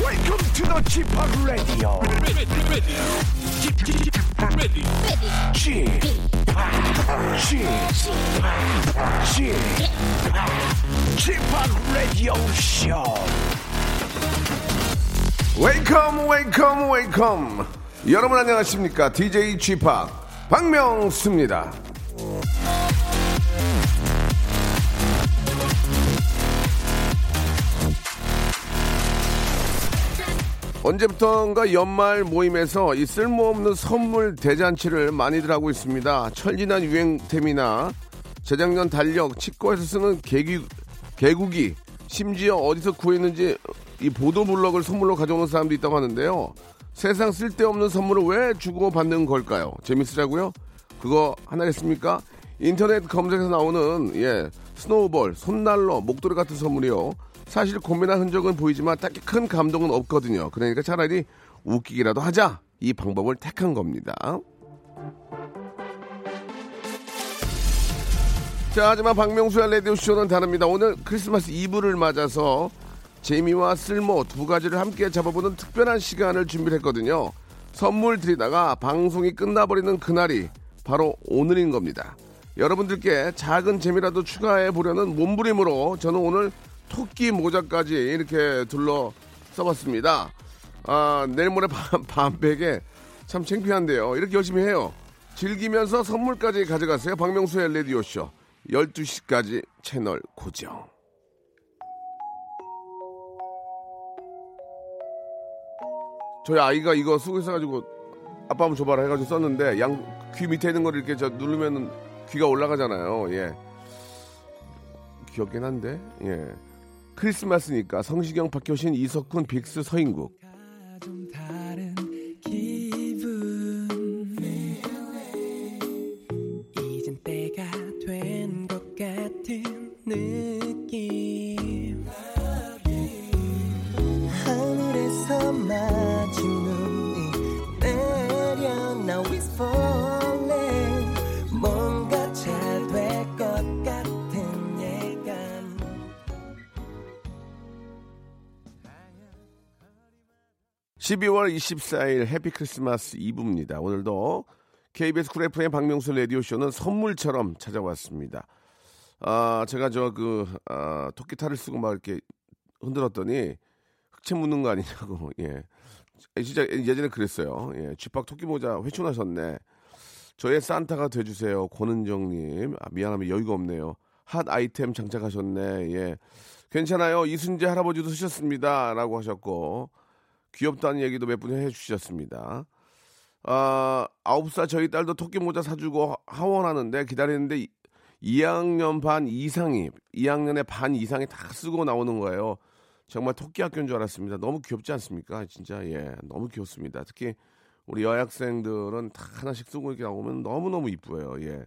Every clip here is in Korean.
Welcome to the g p o p Radio. ready, ready, ready, ready. g p o p g p o p g p o p Radio Show. 웨이컴 웨이컴 웨이컴 여러분 안녕하십니까 DJ g p o p 박명수입니다 언제부턴가 연말 모임에서 이 쓸모없는 선물 대잔치를 많이들 하고 있습니다. 철진한 유행템이나 재작년 달력, 치과에서 쓰는 개기, 개구기, 심지어 어디서 구했는지 이 보도블럭을 선물로 가져오는 사람도 있다고 하는데요. 세상 쓸데없는 선물을 왜 주고 받는 걸까요? 재밌으라고요? 그거 하나겠습니까? 인터넷 검색에서 나오는 예 스노우볼, 손난로, 목도리 같은 선물이요. 사실 고민한 흔적은 보이지만 딱히 큰 감동은 없거든요. 그러니까 차라리 웃기기라도 하자 이 방법을 택한 겁니다. 자, 하지만 박명수의 라디오쇼는 다릅니다. 오늘 크리스마스 이브를 맞아서 재미와 쓸모 두 가지를 함께 잡아보는 특별한 시간을 준비했거든요. 선물 드리다가 방송이 끝나버리는 그날이 바로 오늘인 겁니다. 여러분들께 작은 재미라도 추가해 보려는 몸부림으로 저는 오늘 토끼 모자까지 이렇게 둘러 써봤습니다. 아, 내일 모레 밤, 밤백에 참 창피한데요. 이렇게 열심히 해요. 즐기면서 선물까지 가져가세요. 박명수의 라디오쇼 12시까지 채널 고정. 저희 아이가 이거 쓰고 있어가지고 아빠 한번 줘봐라 해가지고 썼는데 양 귀 밑에 있는 걸 이렇게 저 누르면 귀가 올라가잖아요. 예. 귀엽긴 한데 예. 크리스마스니까 성시경, 박효신, 이석훈, 빅스, 서인국. 좀 다른 기분 이젠 때가 된 것 같은 느낌 하늘에서 마주 눈이 내려 Now it's falling 뭔가 잘 될 것 같은 예감 십이 월 이십사 일 해피 크리스마스 이브입니다. 오늘도 KBS 쿨 FM 박명수 라디오 쇼는 선물처럼 찾아왔습니다. 아 제가 저그 아, 토끼탈을 쓰고 막 이렇게 흔들었더니 흑채 묻는 거 아니냐고 예 진짜 예전에 그랬어요. 예 쥐팍 토끼 모자 회춘하셨네. 저의 산타가 돼주세요 권은정님 아, 미안하면 여유가 없네요. 핫 아이템 장착하셨네. 예 괜찮아요 이순재 할아버지도 쓰셨습니다라고 하셨고 귀엽다는 얘기도 몇 분 해주셨습니다. 아, 아홉 살 저희 딸도 토끼 모자 사주고 하원하는데 기다리는데 이- 2학년 반 이상이 2학년의 반 이상이 다 쓰고 나오는 거예요. 정말 토끼 학교인 줄 알았습니다. 너무 귀엽지 않습니까? 진짜 예, 너무 귀엽습니다. 특히 우리 여학생들은 다 하나씩 쓰고 이렇게 나오면 너무 너무 이쁘요. 예,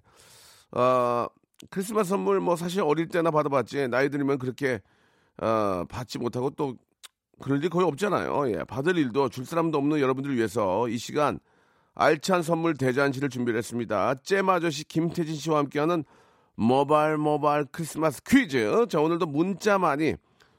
아, 크리스마스 선물 뭐 사실 어릴 때나 받아봤지 나이 들면 그렇게 아, 받지 못하고 또 그럴 일 거의 없잖아요. 예, 받을 일도 줄 사람도 없는 여러분들을 위해서 이 시간 알찬 선물 대잔치를 준비를 했습니다. 잼 아저씨 김태진 씨와 함께하는 모발 모발 크리스마스 퀴즈. 자 오늘도 문자 많이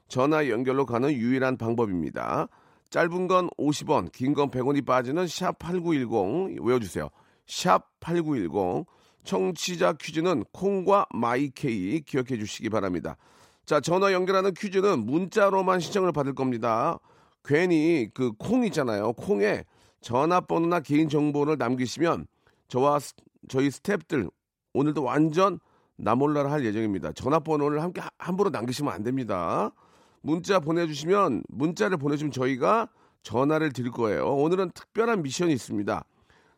전화 연결로 가는 유일한 방법입니다. 짧은 건 50원, 긴 건 100원이 빠지는 샵 8910 외워주세요. 샵 8910. 청취자 퀴즈는 콩과 마이케이 기억해 주시기 바랍니다. 자, 전화 연결하는 퀴즈는 문자로만 신청을 받을 겁니다. 괜히 그 콩 있잖아요. 콩에 전화번호나 개인 정보를 남기시면 저와 스- 저희 스탭들 오늘도 완전 나몰라라 할 예정입니다. 전화번호를 함께 하- 함부로 남기시면 안 됩니다. 문자 보내주시면 문자를 보내주면 저희가 전화를 드릴 거예요. 오늘은 특별한 미션이 있습니다.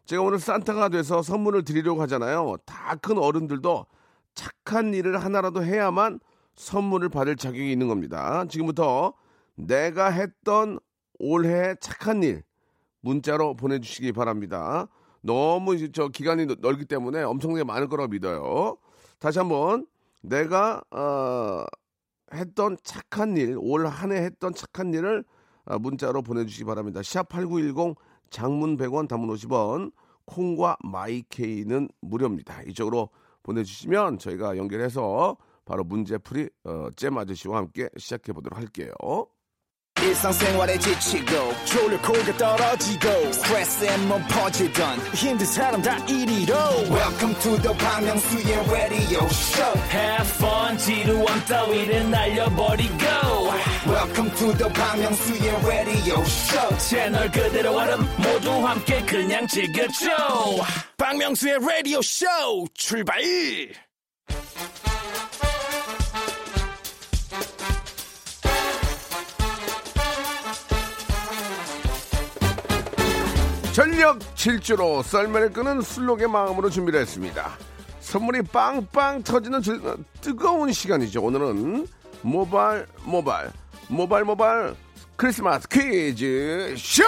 제가 오늘 산타가 돼서 선물을 드리려고 하잖아요. 다 큰 어른들도 착한 일을 하나라도 해야만 선물을 받을 자격이 있는 겁니다. 지금부터 내가 했던 올해 착한 일 문자로 보내주시기 바랍니다. 너무 이제 저 기간이 넓- 넓기 때문에 엄청나게 많을 거라고 믿어요. 다시 한번 내가 어, 했던 착한 일, 올 한 해 했던 착한 일을 아, 문자로 보내주시기 바랍니다. 샵8910 장문 100원 단문 50원 콩과 마이케이는 무료입니다. 이쪽으로 보내주시면 저희가 연결해서 바로 문제풀이 어, 잼 아저씨와 함께 시작해 보도록 할게요. 일상생활에 지치고, 졸려 코가 떨어지고, 스트레스에 몸 퍼지던, 힘든 사람 다 이리로. welcome to the Bang Myung-soo's radio show Have fun 지루함 따위를 날려버리고 welcome to the Bang Myung-soo's radio show 채널 그대로 얼음 모두 함께 그냥 즐겨줘 박명수의 라디오 쇼 출발! 전력 질주로 썰매를 끄는 술록의 마음으로 준비를 했습니다. 선물이 빵빵 터지는 즐- 뜨거운 시간이죠. 오늘은 모발 모발 모발 모발 크리스마스 퀴즈 쇼!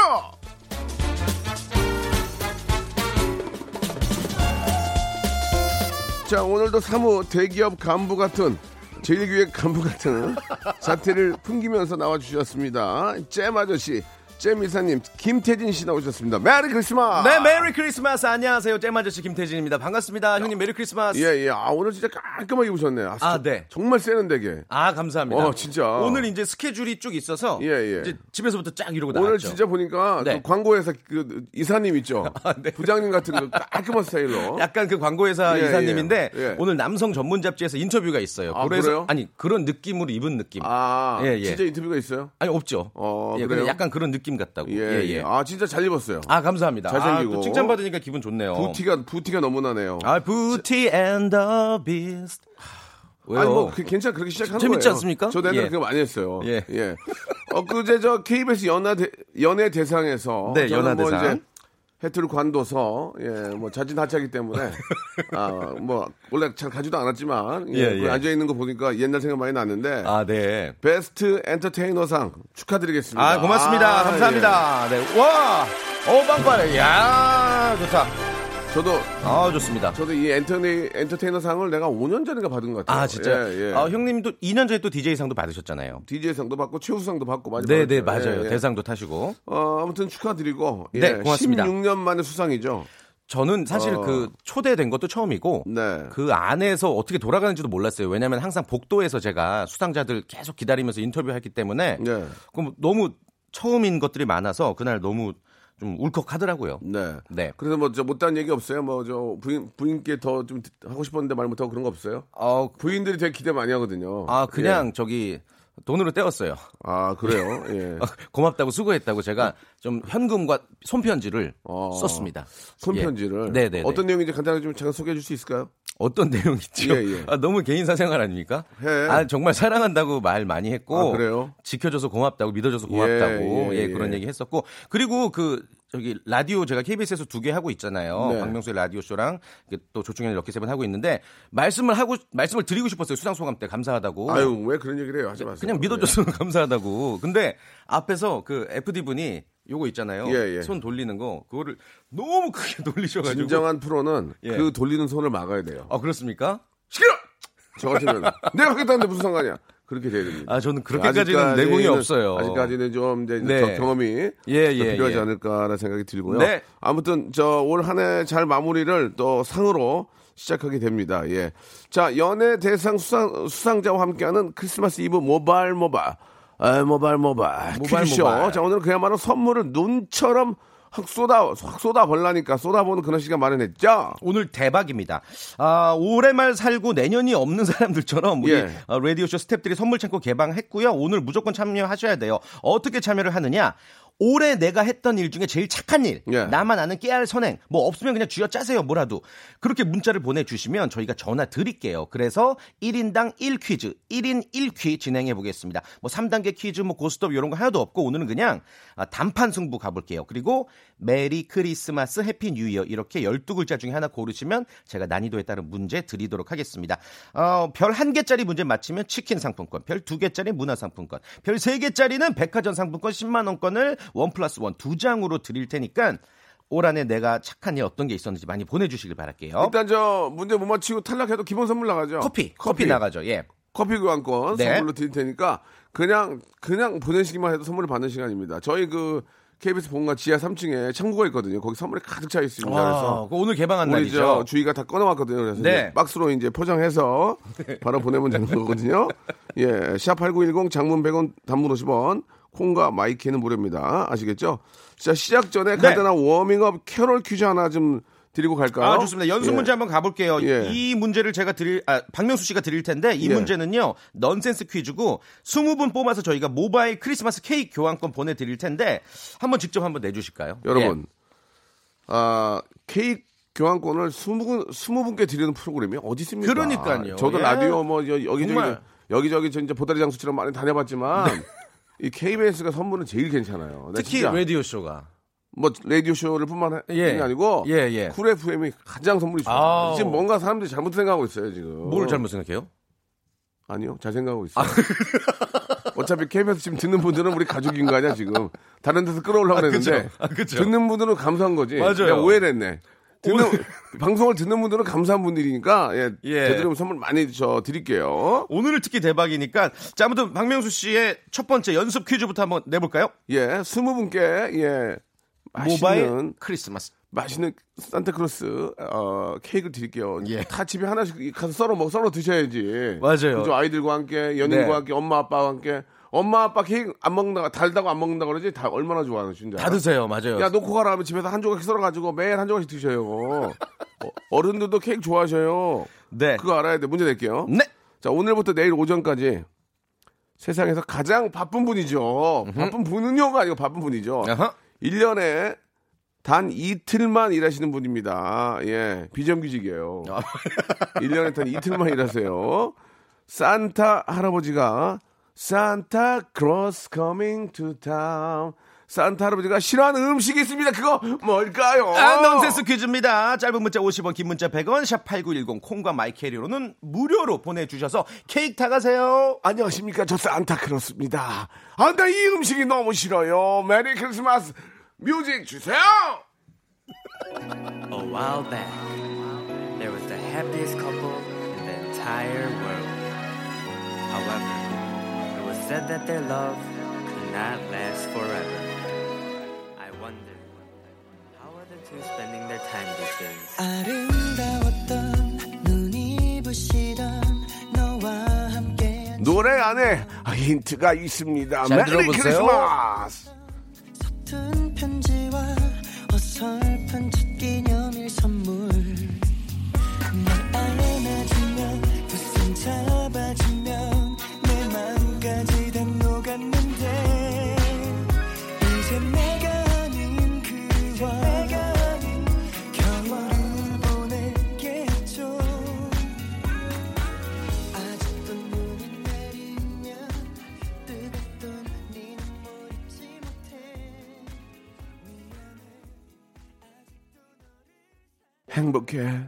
자 오늘도 사무 대기업 간부 같은 제일기획 간부 같은 사태를 풍기면서 나와주셨습니다. 잼 아저씨, 잼 이사님, 김태진 씨 나오셨습니다. 메리 크리스마스! 네, 메리 크리스마스. 안녕하세요. 잼 아저씨 김태진입니다. 반갑습니다. 형님 메리 크리스마스. 예, 예. 아, 오늘 진짜 깔끔하게 입으셨네. 아, 아, 네. 정말 세련되게. 아, 감사합니다. 어, 진짜. 오늘 이제 스케줄이 쭉 있어서 예, 예. 이제 집에서부터 쫙 이러고 나왔죠. 오늘 진짜 보니까 네. 그 광고회사 그 이사님 있죠? 아, 네. 부장님 같은 그 깔끔한 스타일로. 약간 그 광고회사 뭐? 예, 이사님인데 예, 예. 오늘 남성 전문 잡지에서 인터뷰가 있어요. 아, 그래요? 아니 그런 느낌으로 입은 느낌. 아, 예, 예. 진짜 인터뷰가 있어요? 아니 없죠. 어, 예, 그래요? 근데 약간 그런 느낌 같다고. 예, 예. 아, 진짜 잘 입었어요. 아, 감사합니다. 잘생기고. 아, 또 칭찬 받으니까 기분 좋네요. 부티가, 부티가 너무나네요. 아, 부티 앤 더 비스트. 왜요? 아니 뭐 그- 괜찮아 그렇게 시작한 재밌지 거예요. 않습니까? 저도 옛날에 예. 그거 많이 했어요. 예. 어, 예. 엊그제 저 KBS 연하 대, 연예 대상에서 네, 저는 연하 뭐 대상. 이제 해투를 관둬서 예뭐 자진하차기 때문에 아 뭐 원래 잘 가지도 않았지만 예, 예. 앉아 있는 거 보니까 옛날 생각 많이 났는데 아, 네. 베스트 엔터테이너상 축하드리겠습니다. 아, 고맙습니다. 아, 감사합니다. 네. 와! 오, 빵빠레. 야 좋다. 예. 저도 아, 좋습니다. 저도 이 엔터네 엔터테이너상을 내가 5년 전인가 받은 것 같아요. 아, 진짜. 예, 예. 아, 형님도 2년 전에 또 DJ상도 받으셨잖아요. DJ상도 받고 최우수상도 받고 많이 네, 네, 받았죠. 맞아요. 예, 예. 대상도 타시고. 어, 아무튼 축하드리고. 예, 네, 고맙습니다. 16년 만에 수상이죠. 저는 사실 그 초대된 것도 처음이고 네. 그 안에서 어떻게 돌아가는지도 몰랐어요. 왜냐면 항상 복도에서 제가 수상자들 계속 기다리면서 인터뷰했기 때문에 네. 그럼 너무 처음인 것들이 많아서 그날 너무 좀 울컥하더라고요. 네. 네. 그래서 뭐 저 못다한 얘기 없어요. 뭐 저 부인 부인께 더 좀 하고 싶었는데 말 못하고 그런 거 없어요. 어, 부인들이 되게 기대 많이 하거든요. 아 그냥 예. 저기 돈으로 떼었어요. 아 그래요. 어, 예. 고맙다고 수고했다고 제가 좀 현금과 손편지를 네. 어. 썼습니다. 손편지를 예. 네네. 어떤 내용인지 간단하게 좀 잠깐 소개해 줄 수 있을까요? 어떤 내용이죠? 예, 예. 아, 너무 개인 사생활 아닙니까? 해. 아, 정말 사랑한다고 말 많이 했고 아, 그래요? 지켜줘서 고맙다고 믿어줘서 고맙다고 예, 예, 예, 그런 예. 얘기 했었고 그리고 그 저기 라디오 제가 KBS에서 두 개 하고 있잖아요. 네. 박명수의 라디오 쇼랑 이렇게 또 조충현의 럭키 세븐 하고 있는데 말씀을 하고 말씀을 드리고 싶었어요. 수상 소감 때 감사하다고. 아유 왜 그런 얘기를 해요? 하지 마세요. 어. 그냥 믿어줘서 감사하다고. 근데 앞에서 그 FD 분이 요거 있잖아요. 예, 예. 손 돌리는 거 그거를 너무 크게 예. 돌리셔가지고. 진정한 프로는 예. 그 돌리는 손을 막아야 돼요. 아 그렇습니다. 시끄러. 저 같으면 내가 하겠다는데 무슨 상관이야? 그렇게 돼야 됩니다. 아 저는 그렇게까지는 내공이 아직까지는- 없어요. 아직까지는 좀 이제 네. 더 경험이 예, 더 예, 필요하지 예. 않을까라는 생각이 들고요. 네. 아무튼 저 올 한 해 잘 마무리를 또 상으로 시작하게 됩니다. 예. 자, 연예 대상 수상 수상자와 함께하는 크리스마스 이브 모발 모발 아, 모발 모발 모발, 퀴즈쇼. 모발. 자, 오늘 그야말로 선물을 눈처럼 확 쏟아 확 쏟아 벌라니까 쏟아보는 그런 시간 마련했죠. 오늘 대박입니다. 아, 올해 말 살고 내년이 없는 사람들처럼 우리 예. 어, 라디오쇼 스탭들이 선물 창고 개방했고요. 오늘 무조건 참여하셔야 돼요. 어떻게 참여를 하느냐? 올해 내가 했던 일 중에 제일 착한 일, 예. 나만 아는 깨알 선행, 뭐 없으면 그냥 쥐어 짜세요, 뭐라도. 그렇게 문자를 보내주시면 저희가 전화 드릴게요. 그래서 1인당 1퀴즈, 1인 1퀴 진행해 보겠습니다. 뭐 3단계 퀴즈, 뭐 고스톱 이런 거 하나도 없고 오늘은 그냥 아, 단판 승부 가볼게요. 그리고 메리 크리스마스, 해피 뉴 이어 이렇게 12글자 중에 하나 고르시면 제가 난이도에 따른 문제 드리도록 하겠습니다. 어, 별 1개짜리 문제 맞히면 치킨 상품권, 별 2개짜리 문화 상품권, 별 3개짜리는 백화점 상품권 10만 원권을 원 플러스 원 두 장으로 드릴 테니까 올 한해 내가 착한 일 어떤 게 있었는지 많이 보내주시길 바랄게요. 일단 저 문제 못 맞히고 탈락해도 기본 선물 나가죠. 어? 커피, 커피 나가죠. 예. 커피 교환권 네. 선물로 드릴 테니까 그냥 그냥 보내시기만 해도 선물을 받는 시간입니다. 저희 그 KBS 본관 지하 3층에 창고가 있거든요. 거기 선물이 가득 차 있습니다. 와, 아, 그래서 그거 오늘 개방한 우리 저 날이죠. 주희가 다 꺼내왔거든요. 그래서 아, 네. 이제 박스로 이제 포장해서 바로 보내면 되는 거거든요. 예, 샵8910 장문 100원, 단문 50원, 콩과 마이키는 무료입니다. 아시겠죠? 자, 시작 네. 전에 간단한 워밍업 캐롤 퀴즈 하나 좀 드리고 갈까요? 아, 좋습니다. 연습 예. 문제 한번 가볼게요. 예. 이 문제를 제가 드릴, 아, 박명수 씨가 드릴 텐데, 이 예. 문제는요, 넌센스 퀴즈고, 20분 뽑아서 저희가 모바일 크리스마스 케이크 교환권 보내드릴 텐데, 한번 직접 한번 내주실까요? 예. 여러분, 네, 아, 케이크 교환권을 20분, 20분께 드리는 프로그램이 어디 있습니까? 그러니까요. 저도 예. 라디오 뭐 여- 여기저기, 정말. 여기저기 저 이제 보다리 장수처럼 많이 다녀봤지만, 이 KBS가 선물은 제일 괜찮아요. 나 예. 네. 특히 진짜 라디오 쇼가. 뭐 라디오 쇼를 뿐만 예. 이 아니고 예, 예. 쿨 FM이 가장 선물이 좋아요. 아우. 지금 뭔가 사람들이 잘못 생각하고 있어요 지금. 뭘 잘못 생각해요? 아니요, 잘 생각하고 있어요. 어차피 KBS 지금 듣는 분들은 우리 가족인 거 아니야 지금. 다른 데서 끌어올라 그랬는데 그죠. 아, 그죠. 듣는 분들은 감사한 거지. 맞아요. 내가 오해를 했네. 듣는 방송을 듣는 분들은 감사한 분들이니까 예, 예. 되도록 선물 많이 저 드릴게요. 오늘은 특히 대박이니까, 자, 아무튼 박명수 씨의 첫 번째 연습 퀴즈부터 한번 내볼까요? 예, 스무 분께 예 모바일 맛있는 크리스마스. 맛있는 산타크로스 어, 케이크를 드릴게요. 예. 다 집에 하나씩 가서 썰어 먹 썰어 드셔야지. 맞아요. 그죠? 아이들과 함께 연인과 네. 함께 엄마 아빠와 함께 엄마 아빠 케이크 안 먹는다 달다고 안 먹는다 그러지 다 얼마나 좋아하는 진짜. 다 드세요, 맞아요. 야 놓고 가라 하면 집에서 한 조각씩 썰어 가지고 매일 한 조각씩 드셔요. 어, 어른들도 케이크 좋아하셔요. 네. 그거 알아야 돼. 문제 낼게요. 네. 자 오늘부터 내일 오전까지 세상에서 가장 바쁜 분이죠. 바쁜 분은요가 아니고 바쁜 분이죠. 아하. 1년에 단 이틀만 일하시는 분입니다. 예, 비정규직이에요. 아. 1년에 단 이틀만 일하세요. 산타 할아버지가 산타 크로스 커밍 투 타운 산타 할아버지가 싫어하는 음식이 있습니다. 그거 뭘까요? 아, 넌센스 퀴즈입니다. 짧은 문자 50원, 긴 문자 100원, 샵8910, 콩과 마이캐리로는 무료로 보내주셔서 케이크 타가세요. 안녕하십니까. 저 산타 크로스입니다. 아, 나 이 음식이 너무 싫어요. 메리 크리스마스 뮤직 주세요. A while back, there was the happiest couple in the entire world. However, it was said that their love could not last forever. I wonder, how are the two spending their time these days? 아름다웠던 눈이 부시던 너와 함께 노래 안에 아, 힌트가 있습니다. 잘 메리 들어보세요. 크리스마스. 든 편지와 어설픈 첫 기념일 선물 날 안아주면 두손 잡아주면 내 맘까지 다 녹았는데 이제 내가 아닌 그와 겨울을 보내겠죠 아직도 눈이 내리면 뜨겁던 네 눈물 잊지 못해 행복해.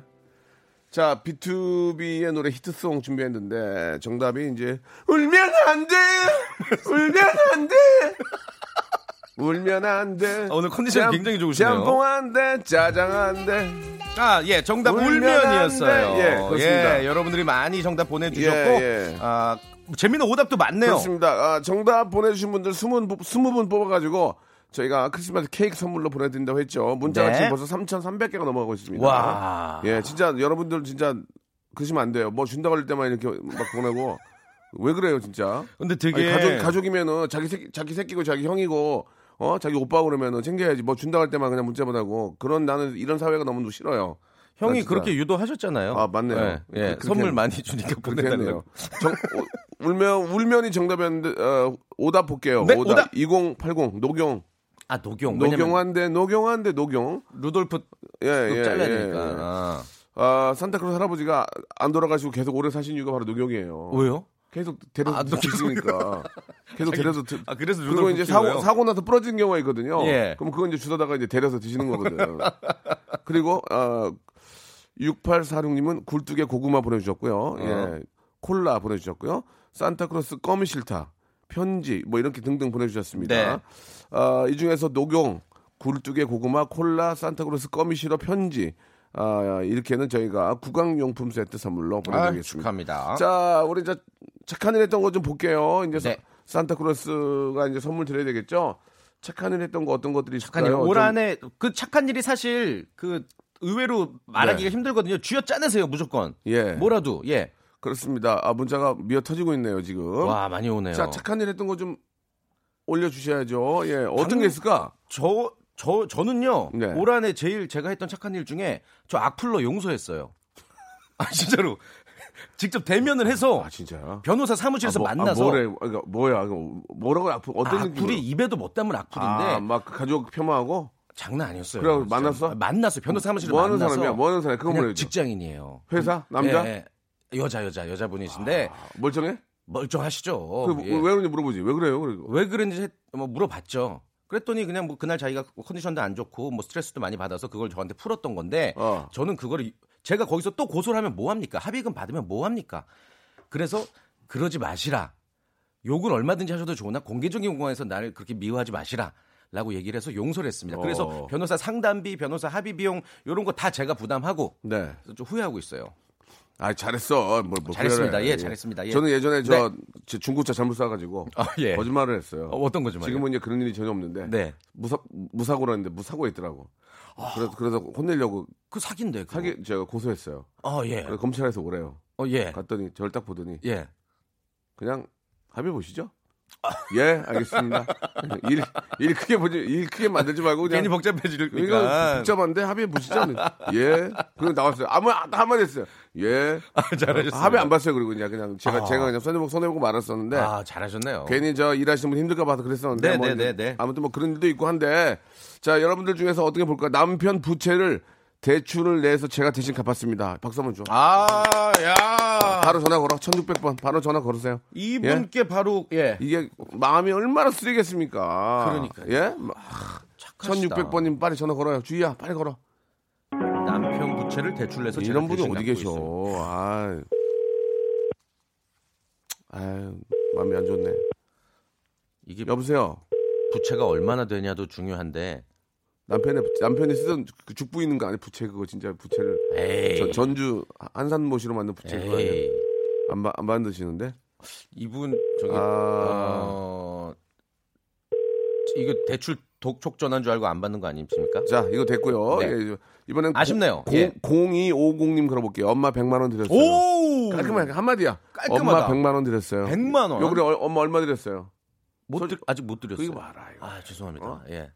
자, B2B의 노래 히트송 준비했는데 정답이 이제 울면 안 돼. 울면 안 돼. 울면 안 돼. 아, 오늘 컨디션이 짬- 굉장히 좋으시네요. 짬뽕 안 돼. 짜장 안 돼. 아, 예, 정답 울면 울면이었어요. 안 돼. 예, 그렇습니다. 예, 여러분들이 많이 정답 보내주셨고, 예, 예. 아, 재미있는 오답도 많네요. 그렇습니다. 아, 정답 보내주신 분들 20, 스무 분 뽑아가지고 저희가 크리스마스 케이크 선물로 보내드린다고 했죠. 문자가 네. 지금 벌써 3,300개가 넘어가고 있습니다. 와. 예, 진짜 여러분들 진짜 그러시면 안 돼요. 뭐 준다고 할 때만 이렇게 막 보내고. 왜 그래요, 진짜? 근데 아니, 되게 가족 가족이면은 자기 새끼 자기 새끼고 자기 형이고 어 자기 오빠 그러면은 챙겨야지 뭐 준다 할 때만 그냥 문자 보내고 그런 나는 이런 사회가 너무 싫어요. 나 형이 진짜. 그렇게 유도하셨잖아요. 아, 맞네요. 예, 예, 그렇게 선물 했- 많이 주니까 그렇게 했네요. 보내달라고. 정, 오- 울면 울면이 정답이었는데 어, 오답 볼게요. 네, 오답, 오답. 2080 노경 아, 노경. 왜냐면 노경한데 노경한데 노경 루돌프 예, 예, 예, 잘라야 되니까. 예. 아. 아 산타크로스 할아버지가 안 돌아가시고 계속 오래 사신 이유가 바로 노경이에요. 왜요? 계속 데려서 아, 드시니까 계속 데려서 드, 아, 그래서 그리고 루돌프 이제 키워요? 사고 사고 나서 부러진 경우가 있거든요. 예. 그럼 그건 이제 주다가 이제 데려서 드시는 거거든. 그리고 어, 6846님은 굴뚝에 고구마 보내주셨고요. 어. 예. 콜라 보내주셨고요. 산타크로스 껌이 싫다. 편지 뭐 이렇게 등등 보내주셨습니다. 네. 아, 이 중에서 녹용 굴뚝에 고구마 콜라 산타크로스 껌이 싫어 편지 아, 이렇게는 저희가 구강용품 세트 선물로 아, 보내드리겠습니다. 축하합니다. 자, 우리 이제 착한 일 했던 거 좀 볼게요. 이제 네. 사- 산타크로스가 이제 선물 드려야 되겠죠? 착한 일 했던 거 어떤 것들이 착한 일. 있을까요? 올 좀- 한해 그 착한 일이 사실 그 의외로 말하기가 힘들거든요. 쥐어 짜내세요 무조건. 예. 뭐라도 예. 그렇습니다. 아, 문자가 미어 터지고 있네요, 지금. 와 많이 오네요. 자, 착한 일 했던 거 좀 올려주셔야죠. 예, 어떤 당- 게 있을까? 저, 저, 저는요, 네. 올 한해 제일 제가 했던 착한 일 중에 저 악플러 용서했어요. 아, 진짜로. 직접 대면을 해서 아 진짜요? 변호사 아, 사무실에서 뭐- 만나서 아, 뭐래? 그러니까 뭐야? 이거 뭐라고 아프? 어떤 느낌? 악플이 입에도 못 담을 악플인데 아막 가족 폄하하고 장난 아니었어요. 그래, 진짜. 만났어? 아, 뭐. 만났어. 변호사 사무실에 뭐 하는 만나서 사람이야? 뭐 하는 사람이야? 그거 그냥 뭐래요? 직장인이에요. 회사 남자 예, 예. 여자 여자 여자분이신데 멀쩡해? 멀쩡하시죠. 그래, 예. 왜 그런지 물어보지. 왜 그래요? 그래. 왜 그런지 했- 뭐 물어봤죠. 그랬더니 그냥 뭐 그날 자기가 컨디션도 안 좋고 뭐 스트레스도 많이 받아서 그걸 저한테 풀었던 건데 어. 저는 그거를 제가 거기서 또 고소를 하면 뭐 합니까? 합의금 받으면 뭐 합니까? 그래서 그러지 마시라. 욕은 얼마든지 하셔도 좋으나 공개적인 공간에서 나를 그렇게 미워하지 마시라. 라고 얘기를 해서 용서를 했습니다. 그래서 어. 변호사 상담비, 변호사 합의 비용 이런 거 다 제가 부담하고 네. 그래서 좀 후회하고 있어요. 아 잘했어. 뭐, 뭐 잘했습니다. 그래. 예, 잘했습니다. 예. 저는 예전에 저 제 중고차 잘못 사가지고 아, 예. 거짓말을 했어요. 어, 어떤 거죠? 지금은 이제 그런 일이 전혀 없는데 네. 무사 무사고라는데 무사고 있더라고. 그래서 그래서 혼내려고 그 사기인데. 그거. 사기 제가 고소했어요. 어, 예. 그래서 검찰에서 오래요. 어, 예. 갔더니 저를 딱 보더니 예. 그냥 합의 보시죠. 아. 예, 알겠습니다. 일, 일 크게 보지, 일 크게 만들지 말고 그냥 괜히 아, 복잡해지니까. 이거 복잡한데 합의 보시죠. 예. 그리고 나왔어요. 아무 나도 한마디 했어요. 예. 잘하셨습니다. 합의 안 봤어요. 그리고 그냥 그냥 제가 제가 그냥 손해보고 손해보고 말았었는데 아, 잘하셨네요. 괜히 저 일하시는 분 힘들까 봐서 그랬었는데 네, 뭐 네, 이제 네, 네. 아무튼 뭐 그런 일도 있고 한데 자 여러분들 중에서 어떻게 볼까 남편 부채를 대출을 내서 제가 대신 갚았습니다. 박수 한번 줘. 아, 야. 바로 전화 걸어. 1600번. 바로 전화 걸으세요. 이분께 바로 예. 이게 마음이 얼마나 쓰이겠습니까? 그러니까요. 아, 예? 마- 1600번님 빨리 전화 걸어요. 주희야, 빨리 걸어. 남편 부채를 대출해서 이런 분이 어디 계셔. 아. 아유, 마음이 안 좋네. 이게 여보세요. 부채가 얼마나 되냐도 중요한데. 남편의 남편이 쓰던 그 죽부 있는 거 아니 부채 그거 진짜 부채를 에이. 저- 전주 한산모시로 만든 부채 그거 아니에요? 에이. 안, 마- 안 만드시는데? 이분 저기 아. 어. 이거 대출 독촉 전환 줄 알고 안 받는 거 아닙니까? 자, 이거 됐고요. 네. 예, 이번엔 아쉽네요. 공, 예. 0250님 걸어볼게요. 엄마 100만 원 드렸어요. 오! 깔끔하게 한마디야. 엄마 깔끔하다. 100만 원 드렸어요. 100만 원. 요번에 얼- 엄마 얼마 드렸어요? 못 들, 아직 못 드렸어요. 그게 말아요. 아, 죄송합니다. 어? 예.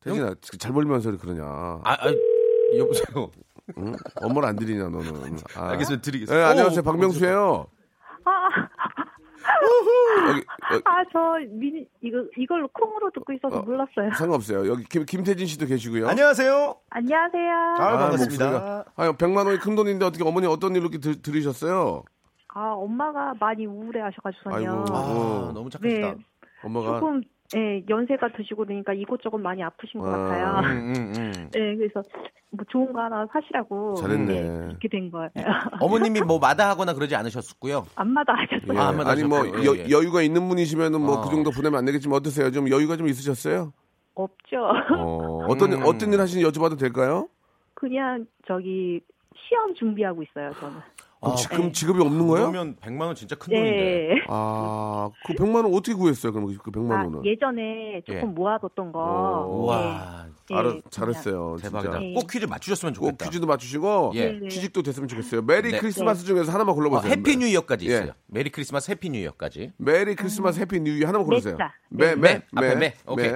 대신아 잘 벌면서 그러냐. 아, 아 여보세요. 응? 엄마를 안 드리냐 너는. 아. 알겠습니다. 예, 드리겠습니다. 안녕하세요 오, 박명수예요. 여기, 어, 여기 아 저 미니 이거 이걸로 콩으로 듣고 있어서 어. 몰랐어요. 상관없어요. 여기 김, 김태진 씨도 계시고요. 안녕하세요. 안녕하세요. 아, 아, 반갑습니다. 목소리가. 아, 100만 원이 큰 돈인데 어떻게 어머니 어떤 일로 이렇게 들, 들으셨어요? 아, 엄마가 많이 우울해하셔가지고요. 아이고. 아, 어. 너무 착하시다. 네 엄마가 조금 예, 연세가 드시고 그러니까 이곳저곳 많이 아프신 것 아, 같아요. 음, 음, 음. 예 그래서 뭐 좋은 거 하나 사시라고 잘했네. 이렇게 된 거예요. 어머님이 뭐 마다하거나 그러지 않으셨고요. 안마다 예. 하셨어요. 아, 맞아, 아니 뭐 맞아. 여, 예, 예. 유가 있는 분이시면은 뭐 어. 그 정도 부담이 안 되겠지만 어떠세요? 좀 여유가 좀 있으셨어요? 없죠. 어, 어떤 음. 일- 어떤 일 하시는지 여쭤봐도 될까요? 그냥 저기 시험 준비하고 있어요 저는. 그럼 아, 지금 직업이 없는 거예요? 그러면 100만 원 진짜 큰 돈인데. 예. 아, 그 100만 원 어떻게 구했어요? 그럼 그 100만 아, 원은. 예전에 조금 예. 모아뒀던 거. 오. 와, 예, 알아, 예, 잘했어요. 대박이다. 진짜. 예. 꼭 퀴즈 맞추셨으면 꼭 좋겠다. 퀴즈도 맞추시고 예. 네. 취직도 됐으면 좋겠어요. 메리 네. 크리스마스 중에서 하나만 아, 골라보세요. 해피 뉴 이어까지 예. 있어요. 메리 크리스마스 해피 뉴 이어까지. 메리 음. 크리스마스 해피 뉴 이어 하나만 고르세요. 맥자. 메, 매. 메, 앞에 매. 오케이.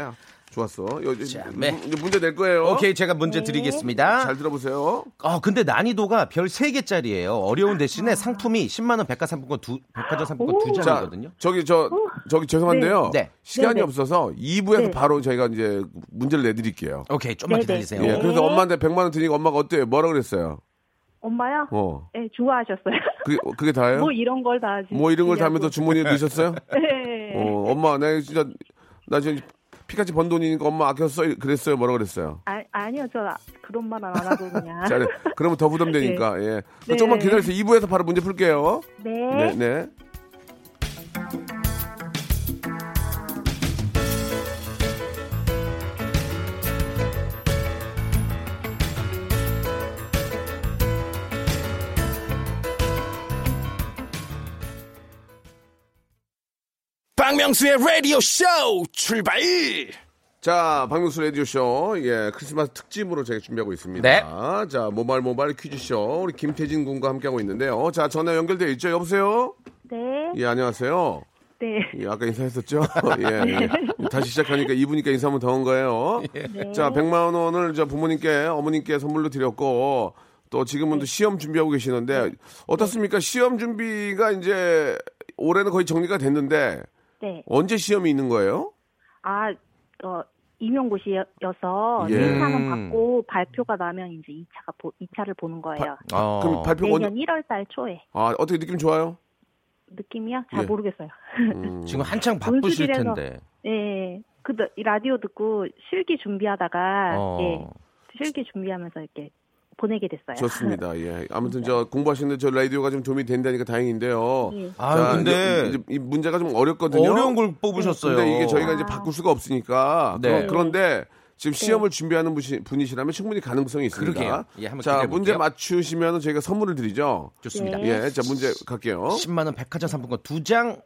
좋았어. 요, 요, 자, 문- 매. 이제 문제 낼 거예요. 오케이, 제가 문제 드리겠습니다. 어? 잘 들어보세요. 아, 근데 난이도가 별 3개짜리예요. 어려운 대신에 상품이 10만 원 백화상품권 두 백화점 상품권 두 자, 장이거든요. 저기 저 저기 죄송한데요. 네. 네. 시간이 어? 네네. 없어서 2부에서 네. 바로 저희가 이제 문제를 내드릴게요. 오케이, 좀만 네, 네. 기다리세요. 예, 그래서 엄마한테 100만 원 드니까 엄마가 어때요? 뭐라 그랬어요? 엄마요? 어, 예, 좋아하셨어요. 그게, 그게 다예요? 뭐 이런 걸 다. 하지. 뭐 이런 걸 담으면서 주머니에 넣으셨어요? 예. 어, 엄마, 나 진짜, 나 지금 피카츄 번 돈이니까 엄마 아꼈어? 그랬어요? 뭐라 그랬어요? 아, 아니요, 저 아- 그런 말안 하고 그냥. 자, 네. 그러면 더 부담되니까, 예. 아. 네. 조금만 기다려주세요. 2부에서 바로 문제 풀게요. 네. 네, 네. 박명수의 라디오 쇼 출발 자, 박명수 라디오쇼, 예, 크리스마스 특집으로 제가 준비하고 있습니다. 네. 자, 모발 모발 퀴즈쇼, 우리 김태진 군과 함께하고 있는데요. 자, 전화 연결되어 있죠? 여보세요? 네. 예, 안녕하세요. 네. 예, 아까 인사했었죠? 예, 예. 다시 시작하니까 2부니까 인사 한번 더 한 거예요. 네. 자, 100만 원을 저 부모님께, 어머님께 선물로 드렸고, 또 지금은 네. 또 시험 준비하고 계시는데, 어떻습니까? 시험 준비가 이제 올해는 거의 정리가 됐는데, 네. 언제 시험이 있는 거예요? 아, 어, 임용고시여서 예. 일차만 받고 발표가 나면 이제 이차가 보, 2차를 보는 거예요. 어. 그럼 발표 내년 언 1월 달 초에. 아, 어떻게 느낌 좋아요? 느낌이요? 잘 예. 모르겠어요. 지금 한창 바쁘실 분수질에서- 텐데. 예. 그, 너- 이 라디오 듣고 실기 준비하다가, 어. 예. 실기 준비하면서 이렇게 보내게 됐어요. 좋습니다. 예. 아무튼 저 공부하시는데 저 라디오가 좀 도움이 된다니까 다행인데요. 예. 아 자, 근데 이제 이 문제가 좀 어렵거든요. 어려운 걸 뽑으셨어요. 근데 이게 저희가 이제 아. 바꿀 수가 없으니까 네. 그런데 지금 시험을 준비하는 분이- 분이시라면 충분히 가능성이 있습니다. 그러게요. 예, 한번 자 기대해볼게요. 문제 맞추시면 저희가 선물을 드리죠. 좋습니다. 네. 예, 자 문제 갈게요. 10만 원 백화점 상품권 두 장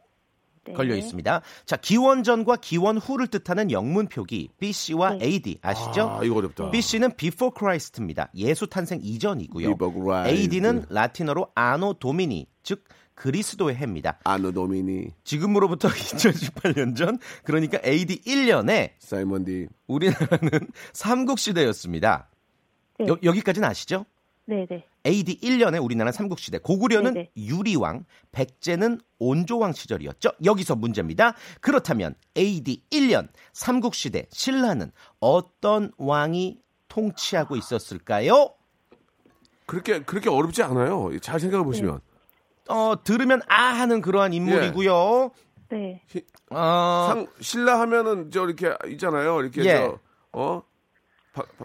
네. 걸려 있습니다. 자, 기원전과 기원후를 뜻하는 영문 표기 BC와 네. AD 아시죠? 아 이거 어렵다. BC는 before Christ입니다. 예수 탄생 이전이고요. Before Christ. AD는 라틴어로 anno domini, 즉 그리스도의 해입니다. 아노도미니 지금으로부터 2018년 전, 그러니까 AD 1년에 사이먼디. 우리나라는 삼국시대였습니다. 네. 여, 기까지는 아시죠? 네네. AD 1년에 우리나라 삼국시대. 고구려는 네, 유리왕, 백제는 온조왕 시절이었죠. 여기서 문제입니다. 그렇다면 AD 1년 삼국시대 신라는 어떤 왕이 통치하고 있었을까요? 그렇게 그렇게 어렵지 않아요. 잘 생각해 보시면 어, 들으면 아 하는 그러한 인물이고요. 네. 예. 어, 상 신라 하면은 저 이렇게 있잖아요. 이렇게 예. 저어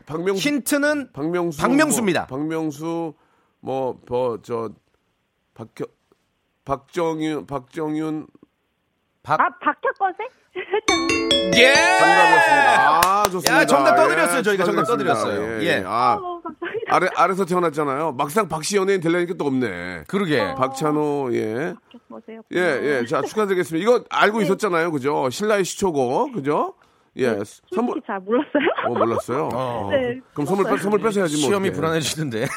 박명수 힌트는 박명수 박명수입니다. 뭐, 박명수 뭐저 박경 박정윤 박정윤 아, 박혁건생? 예! 정답이었습니다. 아 좋습니다. 야, 정답 예, 떠드렸어요. 저희가 정답 축하드리겠습니다. 떠드렸어요. 예. 아 너무 감사합니다. 아래 아래서 태어났잖아요. 막상 박씨 연예인 되려니까 또 없네. 그러게. 박찬호 예. 박혁거세요? 예, 예. 자, 축하드리겠습니다. 이거 알고 있었잖아요. 그죠? 신라의 시초고. 그죠? 예. 선물 솔직히 잘 몰랐어요. 어, 몰랐어요. 어. 네. 그럼 선물 뺏, 선물 뺏어야지 뭐. 시험이 어떡해. 불안해지는데. 어,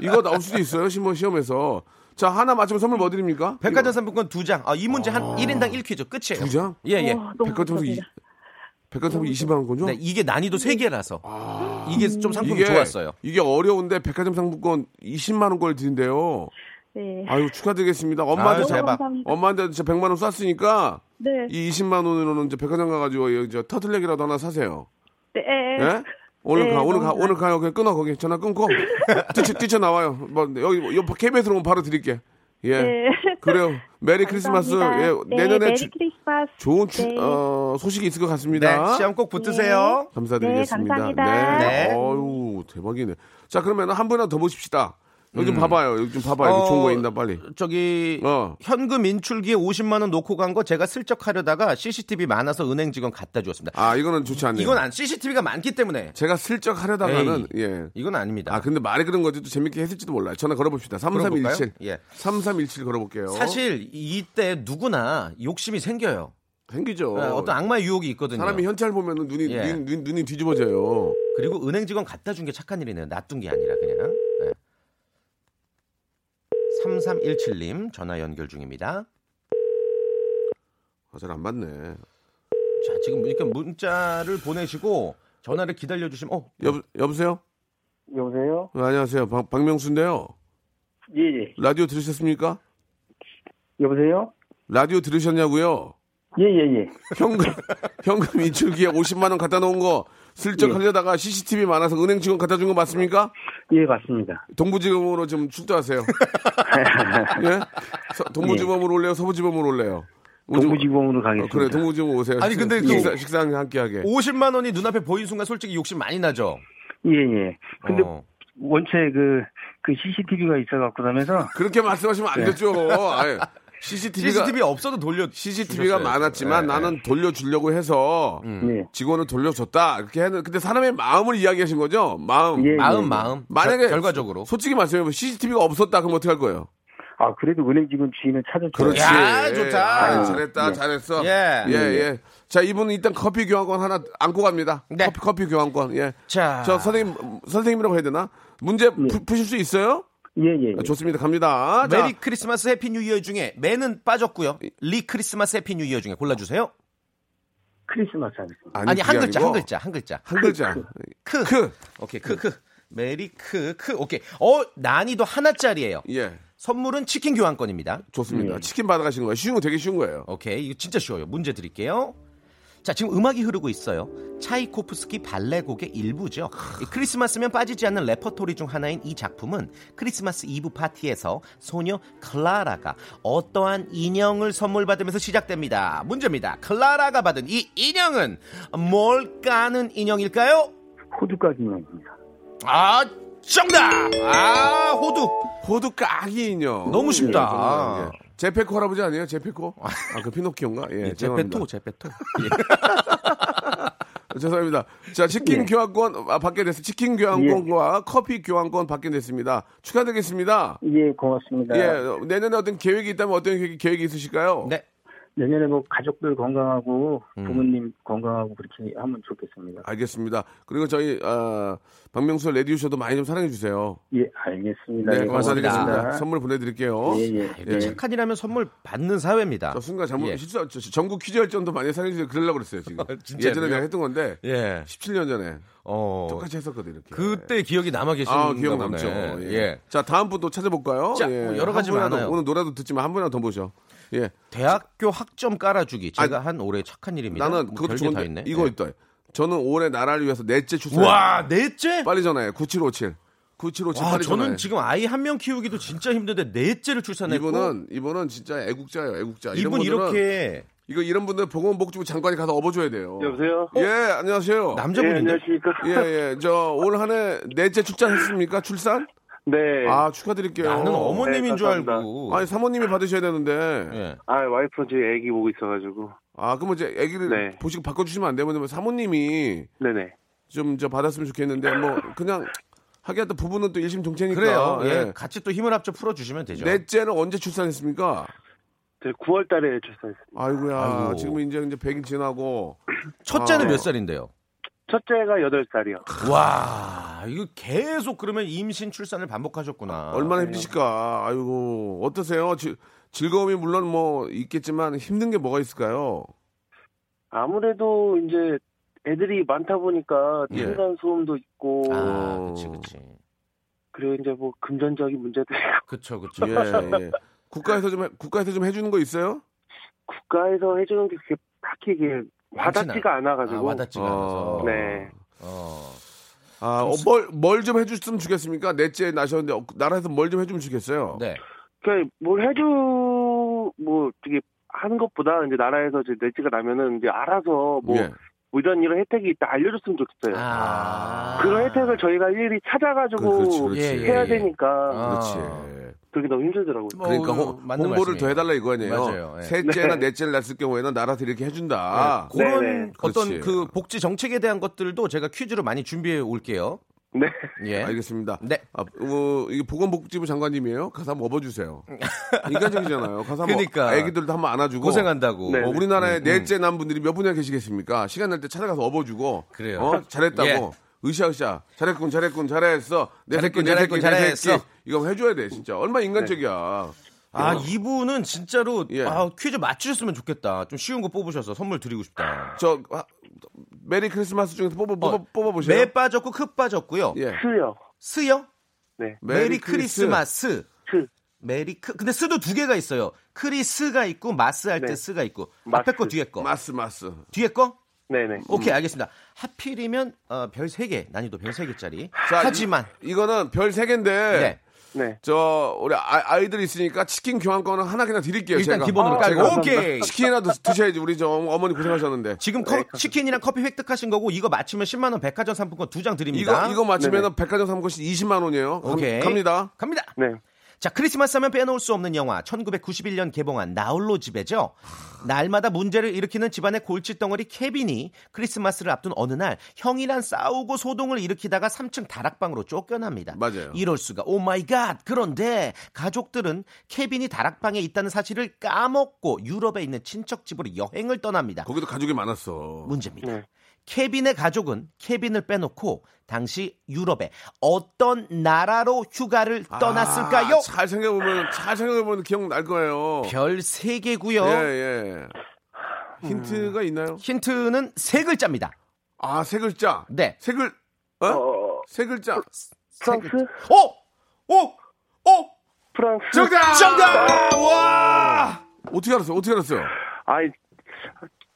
이거 나올 수도 있어요. 시험 시험에서. 자, 하나 맞추면 선물 뭐 드립니까? 백화점 상품권 두 장. 아, 이 문제 한 1인당 1퀴즈 끝이에요. 두 장? 예, 예. 와, 어, 너무 백화점에서 이, 감사합니다. 백화점 20만 원권요? 네, 이게 난이도 세개라서 이게 좀 상품이 아. 이게- 좋았어요. 이게 어려운데 백화점 상품권 20만 원걸 드린대요. 네. 아유, 축하드리겠습니다. 엄마한테 아유, 잘 대박. 감사합니다. 엄마한테 진 100만 원 쐈으니까 네. 이 20만 원으로는 이제 백화점 가 가지고 저 터틀넥이라도 하나 사세요. 네. 예, 예. 예? 오늘 네, 가, 오늘 너무 가, 좋아요. 오늘 가요. 그냥 끊어, 거기. 전화 끊고. 뛰쳐, 뛰쳐 나와요. 뭐, 여기, 옆, KBS로 오면 바로 드릴게. 예. 네. 그래요. 메리 크리스마스. 감사합니다. 예. 네, 내년에 메리 주- 크리스마스. 좋은 추- 네. 어, 소식이 있을 것 네, 같습니다. 시험 꼭 붙으세요. 감사드리겠습니다. 네, 감사합니다. 네. 어유 대박이네. 자, 그러면 한 분이라도 더 보십시다. 여기 좀 봐봐요. 여기 좀 봐봐요. 음. 어, 이거 좋은 거 있나, 빨리. 저기 음. 어. 현금 인출기에 50만 원 놓고 간 거 제가 슬쩍 하려다가 CCTV 많아서 은행 직원 갖다 주었습니다. 아, 이거는 좋지 않네요. 이건 안 CCTV가 많기 때문에 제가 슬쩍 하려다가는, 예. 이건 아닙니다. 아, 근데 말이 그런 거지. 또 재밌게 했을지도 몰라요. 전화 걸어봅시다. 3317. 걸어볼까요? 예. 3317 걸어볼게요. 사실 이때 누구나 욕심이 생겨요. 생기죠. 네, 어떤 악마의 유혹이 있거든요. 사람이 현찰 보면 은 눈이 예. 눈, 눈, 눈이 뒤집어져요. 그리고 은행 직원 갖다 준 게 착한 일이네요. 놔둔 게 아니라 그냥. 네. 3317님 전화 연결 중입니다. 아, 잘안 맞네. 자, 지금 이렇게 문자를 보내시고 전화를 기다려 주시면 어, 여 여보세요? 여보세요? 어, 안녕하세요. 박, 박명수인데요. 예, 예. 라디오 들으셨습니까? 여보세요? 라디오 들으셨냐고요? 예, 예, 예. 현금 현금 인출기에 50만 원 갖다 놓은 거 슬쩍 예. 하려다가 CCTV 많아서 은행 직원 갖다 준 거 맞습니까? 예, 맞습니다. 동부지검으로 좀 출두하세요. 예? 서- 동부지검으로 올래요? 서부지검으로 올래요? 동부지검으로 어, 가겠습니다. 그래, 동부지검 오세요. 아니, 근데 그- 식사, 식사 함께 하게. 50만 원이 눈앞에 보인 순간 솔직히 욕심 많이 나죠. 예, 예. 근데 어. 원체 그, 그 CCTV가 있어갖고 나면서, 그렇게 말씀하시면 안 되죠. 아예. CCTV가 CCTV 없어도 돌려 CCTV가 주셨어요. 많았지만 예, 음. 나는 돌려주려고 해서 예. 직원을 돌려줬다. 그렇게 했는 근데 사람의 마음을 이야기하신 거죠? 마음. 예, 마음 예. 마음 만약에 결- 결과적으로 솔직히 말씀해 보세요. CCTV가 없었다. 그럼 어떻게 할 거예요? 아, 그래도 은행 직원 주인은 찾아줘요. 야, 좋다. 아, 잘했다. 예. 잘했어. 예. 예, 예. 자, 이분은 일단 커피 교환권 하나 안고 갑니다. 네. 커피, 커피 교환권. 예. 자. 네. 저 선생님 선생님이라고 해야 되나? 문제 푸, 푸실 수 있어요? 예, 예. 예. 아, 좋습니다. 갑니다. 자, 메리 크리스마스 해피 뉴 이어 중에 매는 빠졌고요. 리 크리스마스 해피 뉴 이어 중에 골라주세요. 크리스마스 하겠습니다. 아니, 한 그게 글자, 아니고 한 글자, 한 글자. 한 글자. 크. 크. 오케이, 크, 크. 메리 크, 크. 오케이. 어, 난이도 하나짜리예요 예. 선물은 치킨 교환권입니다. 좋습니다. 치킨 받아가시는 거예요. 쉬운 거 되게 쉬운 거예요. 오케이. 이거 진짜 쉬워요. 문제 드릴게요. 자, 지금 음악이 흐르고 있어요. 차이코프스키 발레곡의 일부죠. 이 크리스마스면 빠지지 않는 레퍼토리 중 하나인 이 작품은 크리스마스 이브 파티에서 소녀 클라라가 어떠한 인형을 선물 받으면서 시작됩니다. 문제입니다. 클라라가 받은 이 인형은 뭘까는 인형일까요? 호두까지 입니다. 아, 정답! 아, 호두. 호두 까기 인형. 너무 아. 예, 쉽다. 저는, 예. 제페코 할아버지 아니에요? 제페코? 아, 그 피노키오인가? 예, 죄송합니다. 예. 제페토, 제페토. 아, 죄송합니다. 자, 치킨 예. 교환권 아, 받게 됐습니다. 치킨 교환권과 커피 교환권 받게 됐습니다. 축하드리겠습니다. 예, 고맙습니다. 예, 어, 내년에 어떤 계획이 있다면 어떤 계획- 계획이 있으실까요? 네. 내년에 뭐 가족들 건강하고 부모님 건강하고 그렇게 하면 좋겠습니다. 알겠습니다. 그리고 저희 아, 박명수 레디오 쇼도 많이 좀 사랑해 주세요. 예, 알겠습니다. 네, 예, 감사드리겠습니다. 선물 보내드릴게요. 예, 예. 이렇게 착한 일하면 선물 받는 사회입니다. 저 순간 잘못 예. 실수 저- 전국 퀴즈 열전도 많이 사랑해 주세요. 그러려고 그랬어요 지금. 진짜요? 예전에 내가 했던 건데 예. 17년 전에 어. 똑같이 했었거든 이렇게. 그때 기억이 남아 계시는가 아 기억 남죠. 보네. 예. 예. 자 다음 분 또 찾아볼까요? 예. 자, 뭐 여러 한 가지 분이라도, 많아요. 오늘 노래도 듣지만 한 분이나 더 보죠. 예. 대학교 학점 깔아주기 제가 한 올해 착한 일입니다. 나는 뭐 그것도 별게 좋은데 다 있네. 이거 예. 있다. 저는 올해 나라를 위해서 넷째 출산. 와 넷째? 빨리 전화해. 9757. 9757 와 빨리 전화해. 저는 지금 아이 한 명 키우기도 진짜 힘든데 넷째를 출산했고 이분은 이분은 진짜 애국자예요, 애국자. 이런 이분 분들은 이렇게 이거 이런 분들 보건복지부 장관이 가서 업어줘야 돼요. 여보세요? 예, 안녕하세요. 예, 남자분인데 안녕하십니까? 예, 예. 저 올 한해 넷째 출산했습니까? 출산? 네. 아 축하드릴게요. 나는 어머님인 네, 줄 감사합니다. 알고 아니 사모님이 받으셔야 되는데. 예. 아, 와이프는 지금 애기 보고 있어가지고. 아 그러면 이제 아기를 네. 보시고 바꿔주시면 안 돼요? 왜냐면 사모님이 네네. 좀 저 받았으면 좋겠는데 뭐 그냥 하기야 또 부부는 또 일심동체니까. 그래요. 예. 그렇죠. 예. 같이 또 힘을 합쳐 풀어주시면 되죠. 넷째는 언제 출산했습니까? 제 9월 달에 출산했어요. 아이고야 아이고. 지금 이제 이제 100일 지나고 첫째는 아. 몇 살인데요? 첫째가 8살이요. 와 이거 계속 그러면 임신 출산을 아, 반복하셨구나. 아, 얼마나 힘드실까? 아이고 어떠세요? 지- 즐거움이 물론 뭐 있겠지만 힘든 게 뭐가 있을까요? 아무래도 이제 애들이 많다 보니까 예. 튼간 소음도 있고 아 그치 그치. 그리고 이제 뭐 금전적인 문제도 있고 그쵸 그쵸. 아, 예, 예. 국가에서 좀 해- 국가에서 좀 해주는 거 있어요? 국가에서 해주는 게 그렇게 딱히 이게 와닿지가 않아가지고 아, 와닿지가 어. 않아서. 네. 어. 아뭘뭘 좀 해줬으면 좋겠습니까? 넷째 나셨는데 어, 나라에서 뭘 좀 해주면 좋겠어요. 네. 그러니까 뭘 해주 뭐 되게 하는 것보다 이제 나라에서 이제 내지가 나면은 이제 알아서 뭐 예. 이런 이런 혜택이 있다 알려줬으면 좋겠어요. 아. 그런 혜택을 저희가 일일이 찾아가지고 그렇지, 그렇지. 예, 예, 해야 예. 되니까 아. 그렇지. 그게 너무 힘들더라고요. 뭐, 그러니까 어, 홍, 맞는 홍보를 말씀이에요. 더 해달라 이거네요. 맞아요. 예. 셋째나 네. 넷째를 낳았을 경우에는 나라에서 이렇게 해준다. 그런 네, 네. 어떤 아. 그렇지. 그 복지 정책에 대한 것들도 제가 퀴즈로 많이 준비해 올게요. 네. 예. 알겠습니다. 네. 아, 어, 이게 보건복지부 장관님이에요. 가서 한번 업어주세요. 인간적이잖아요. 가서 한번 그러니까. 애기들도 한번 안아주고. 고생한다고. 음, 네. 어, 우리나라에 넷째 난 분들이 몇 분이나 계시겠습니까? 시간 날 때 찾아가서 업어주고. 그래요. 어, 잘했다고. 예. 으쌰으쌰. 잘했군, 잘했군, 잘했어. 내 새끼, 잘했군, 내 새끼, 잘했군, 내 새끼. 잘했어. 이거 해줘야 돼, 진짜. 얼마나 인간적이야. 아, 이분은 진짜로 예. 아, 퀴즈 맞추셨으면 좋겠다. 좀 쉬운 거 뽑으셔서 선물 드리고 싶다. 저, 아, 메리 크리스마스 중에서 뽑아, 뽑아, 어, 뽑아보세요. 매 빠졌고 크 빠졌고요. 예. 수요. 스요? 네. 메리, 크리스. 크리스마스. 스. 메리 크 근데 스도 두 개가 있어요. 크리스가 있고 마스 할 때 네. 스가 있고 마스. 앞에 거 뒤에 거 마스, 음. 마스. 뒤에 거 네네. 오케이 알겠습니다. 하필이면 어, 별 3개 난이도 별 3개짜리 자, 하지만 이, 거는별 세개인데 네. 네. 저 우리 아, 이들 있으니까 치킨 교환권을 하나 그냥 드릴게요. 일단 제가. 아, 기본으로 깔고. 제가 오케이. 치킨이라도 드셔야지 우리 저 어머니 고생하셨는데. 지금 네, 커- 치킨이랑 커피 획득하신 거고 이거 맞히면 10만 원 백화점 상품권 두 장 드립니다. 이거 이거 맞추면 백화점 상품권이 20만 원이에요. 감- 오케이. 갑니다. 갑니다. 네. 자, 크리스마스 하면 빼놓을 수 없는 영화 1991년 개봉한 나홀로 집에죠. 날마다 문제를 일으키는 집안의 골칫덩어리 케빈이 크리스마스를 앞둔 어느 날 형이랑 싸우고 소동을 일으키다가 3층 다락방으로 쫓겨납니다. 맞아요. 이럴 수가. 오 마이 갓. 그런데 가족들은 케빈이 다락방에 있다는 사실을 까먹고 유럽에 있는 친척 집으로 여행을 떠납니다. 거기도 가족이 많았어. 문제입니다. 케빈의 가족은 케빈을 빼놓고 당시 유럽의 어떤 나라로 휴가를 떠났을까요? 아, 잘 생각해보면, 잘 생각해보면 기억날 거예요. 별 3개고요. 예, 예. 힌트가 있나요? 힌트는 세 글자입니다. 아, 세 글자. 네. 세 글, 어? 세 글자. 프랑스? 어? 오! 오! 오! 프랑스? 정답! 정답! 와! 어떻게 알았어요? 어떻게 알았어요? 아이,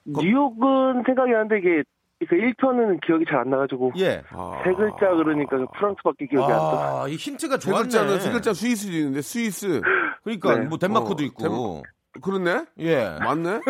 뉴욕은 생각이 나는데 이게, 그 1편은 기억이 잘 안 나가지고. 예. 아, 세 글자 그러니까 그 프랑스밖에 기억이 안 나. 아, 이 힌트가 세 좋았네. 글자는 세 글자 스위스도 있는데 스위스 그러니까 네. 뭐 덴마크도 어, 있고. 그렇네? 예. 맞네?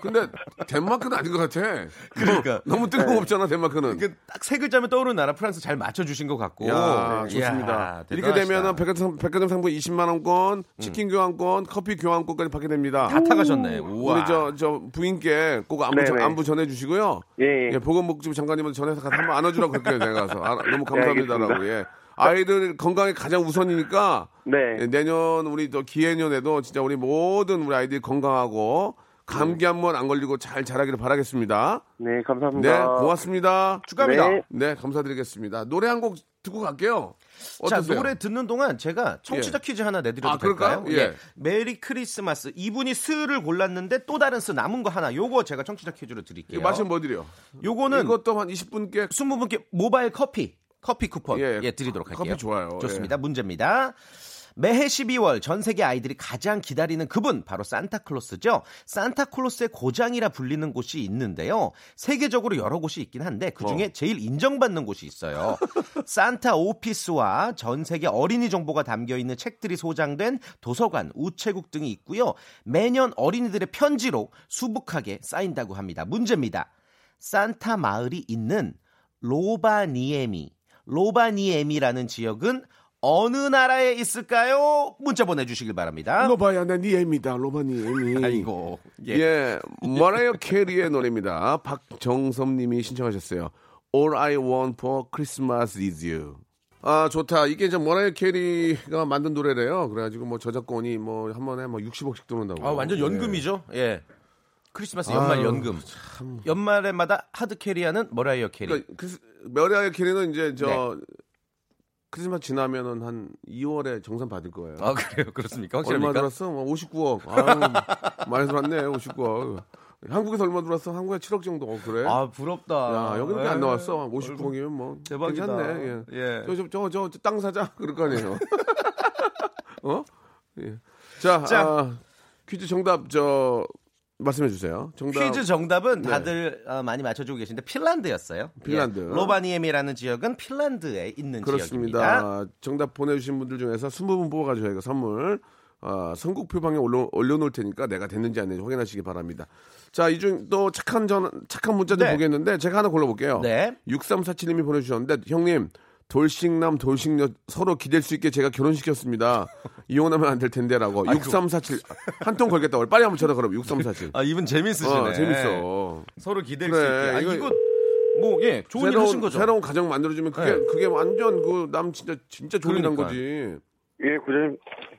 근데 덴마크는 아닌 것 같아. 그러니까. 너무, 너무 뜬금없잖아 덴마크는. 딱세 글자면 떠오르는 나라 프랑스 잘 맞춰 주신 것 같고. 야, 네. 좋습니다. 이야, 이렇게 대단하시다. 음. 되면은 백화점, 백화점 상품 20만 원권, 치킨 교환권, 커피 교환권까지 받게 됩니다. 다 타가셨네. 우리 우와. 저, 저 부인께 꼭 안부, 전- 네네. 안부 전해주시고요. 예, 예. 보건복지부 장관님은 전해서 가서 한번 안아주라고 할게요. 제가 가서 아, 너무 네, 감사합니다라고. 알겠습니다. 예. 아이들 건강이 가장 우선이니까 네. 예, 내년 우리 또 기해년에도 진짜 우리 모든 우리 아이들이 건강하고 감기 한 번 안 걸리고 잘 자라기를 바라겠습니다. 네, 감사합니다. 네, 고맙습니다. 축하합니다. 네, 네, 감사드리겠습니다. 노래 한 곡 듣고 갈게요. 자 어떠세요? 노래 듣는 동안 제가 청취자 예. 퀴즈 하나 내드려도 아, 될까요? 그럴까요? 예. 메리 크리스마스 이분이 스를 골랐는데 또 다른 스 남은 거 하나 요거 제가 청취자 퀴즈로 드릴게요. 이거 마시면 뭐 드려? 요거는 이것도 한 20분께 20분께 모바일 커피 커피 쿠폰 예, 예, 드리도록 커피 할게요. 좋아요. 예. 좋습니다. 문제입니다. 매해 12월 전 세계 아이들이 가장 기다리는 그분 바로 산타클로스죠. 산타클로스의 고장이라 불리는 곳이 있는데요. 세계적으로 여러 곳이 있긴 한데 그 뭐? 중에 제일 인정받는 곳이 있어요. 산타 오피스와 전 세계 어린이 정보가 담겨 있는 책들이 소장된 도서관, 우체국 등이 있고요. 매년 어린이들의 편지로 수북하게 쌓인다고 합니다. 문제입니다. 산타 마을이 있는 로바니에미, 로바니에미라는 지역은 어느 나라에 있을까요? 문자 보내주시길 바랍니다. 로바야 나니 애미다 로바니 애미. 아이고, 예. 뭐, 예, 머라이어 캐리의 노래입니다. 박정섭님이 신청하셨어요. All I Want for Christmas is You. 아 좋다. 이게 이제 머라이어 캐리가 만든 노래래요. 그래가지고 뭐 저작권이 뭐 한 번에 뭐 60억씩 들어온다고. 예. 아, 완전 연금이죠. 예. 크리스마스 연말 아유, 연금. 연말에마다 하드 캐리하는 머라이어 캐리. 그러니까 크리스- 머라이어 캐리는 이제 저 네. 크리스마스 지나면은 한 2월에 정산 받을 거예요. 아, 그래요? 그렇습니까? 얼마 확실합니까? 들었어? 뭐 59억. 아유, 많이 들었네. 59억. 한국에서 얼마 들었어? 한국에 7억 정도. 어, 그래? 아, 부럽다. 야, 여기밖에 안 에이, 나왔어. 59억이면 뭐. 대박이다. 괜찮네. 예. 예. 저, 저, 저, 저, 저, 땅 사자. 그럴 거 아니에요. 어? 예. 자, 자. 아, 퀴즈 정답, 저, 말씀해 주세요. 정답. 예. 퀴즈 정답은 다들 어, 많이 맞춰주고 계신데 핀란드였어요. 네. 핀란드. 예. 로바니에미라는 지역은 핀란드에 있는 지역입니다. 그렇습니다. 정답 보내주신 분들 중에서 20분 뽑아가지고 저희가 선물 아, 선곡표 방에 올려, 올려놓을 테니까 내가 됐는지 안 됐는지 확인하시기 바랍니다. 자, 이 중 또 착한 전, 착한 문자 좀 네. 보겠는데 제가 하나 골라볼게요. 네. 6347님이 보내주셨는데 형님 돌싱남 돌싱녀 서로 기댈 수 있게 제가 결혼시켰습니다. 이혼하면 안 될 텐데라고 6347 한 통 걸겠다. 오늘 빨리 한번 전화 걸어. 6347. 아 이분 재밌으시네. 어, 재밌어. 서로 기댈 그래, 수 있게. 아, 이거- 이거, 뭐 예, 좋은 일 하신 새로운, 거죠. 새로운 가정 만들어주면 그게 네. 그게 완전 그 남 진짜 진짜 좋은 일한 그러니까요. 거지. 예, 고객님,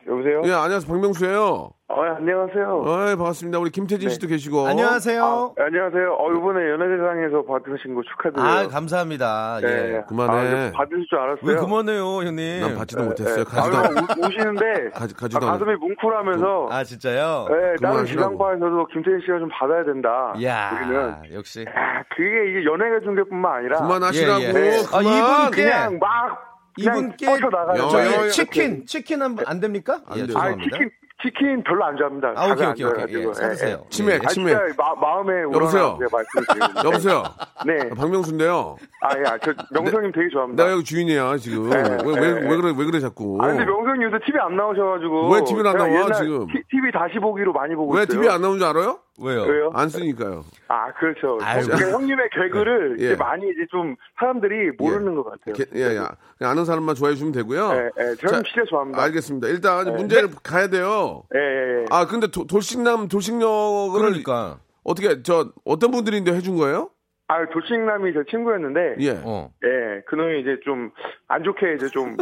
여보세요? 예, 안녕하세요. 박명수예요. 어, 안녕하세요. 어이, 반갑습니다. 우리 김태진 네. 씨도 계시고. 아, 안녕하세요. 안녕하세요. 어, 이번에 연예대상에서 받으신 거 축하드려요. 아, 감사합니다. 네. 예. 그만해. 아, 이제 받으실 줄 알았어요. 왜 그만해요, 형님? 난 받지도 예. 못했어요. 아유, 가지도 않- 우- 우시는데 가지- 가지도 아, 않- 가슴이 뭉클하면서 아 진짜요? 예, 다른 그만하시라고. 지방파에서도 김태진 씨가 좀 받아야 된다. 이야, 네. 여기는 역시. 아, 그게 이제 연예계 중계뿐만 아니라 그만하시라고. 예, 예. 아, 그만. 이분께- 그냥 막 그냥 이분께 뻗쳐 나가요. 여- 여- 저희 여- 치킨 치킨 한번 안 됩니까? 안 예, 돼요. 아, 죄송합니다. 치킨 치킨 별로 안 좋아합니다. 아, 오케이 안 오케이 오케이. 좋아해가지고. 예, 사드세요. 치맥, 아, 치맥. 진짜 마, 마음에 여보세요? 우러나는 제 말씀드리고. 여보세요. 네. 박명수인데요. 네. 아, 예. 아, 저 명성님 되게 좋아합니다. 나 여기 주인이야 지금. 왜 왜 왜 그래 왜 그래 자꾸. 네. 아, 근데 명성님 요새 TV 안 나오셔가지고. 왜 TV 안 제가 나와, 옛날 지금? 티- TV 다시 보기로 많이 보고 왜 있어요. TV 안 나오는 줄 알아요? 왜요? 왜요? 안 쓰니까요. 아, 그렇죠. 아이고. 그러니까 형님의 개그를 예. 이제 많이 이제 좀 사람들이 모르는 것 같아요. 게- 예, 예. 그냥 아는 사람만 좋아해 주면 되고요. 예, 예. 저는 진짜 좋아합니다. 알겠습니다. 네. 일단 문제를 가야 돼요. 예, 예, 예. 아, 근데 도- 돌싱남 돌싱역을 그러니까. 어떻게 저 어떤 분들인데 해준 거예요? 아, 도칭남이 제 친구였는데, 예, 예. 어. 그놈이 이제 좀 안 좋게 이제 좀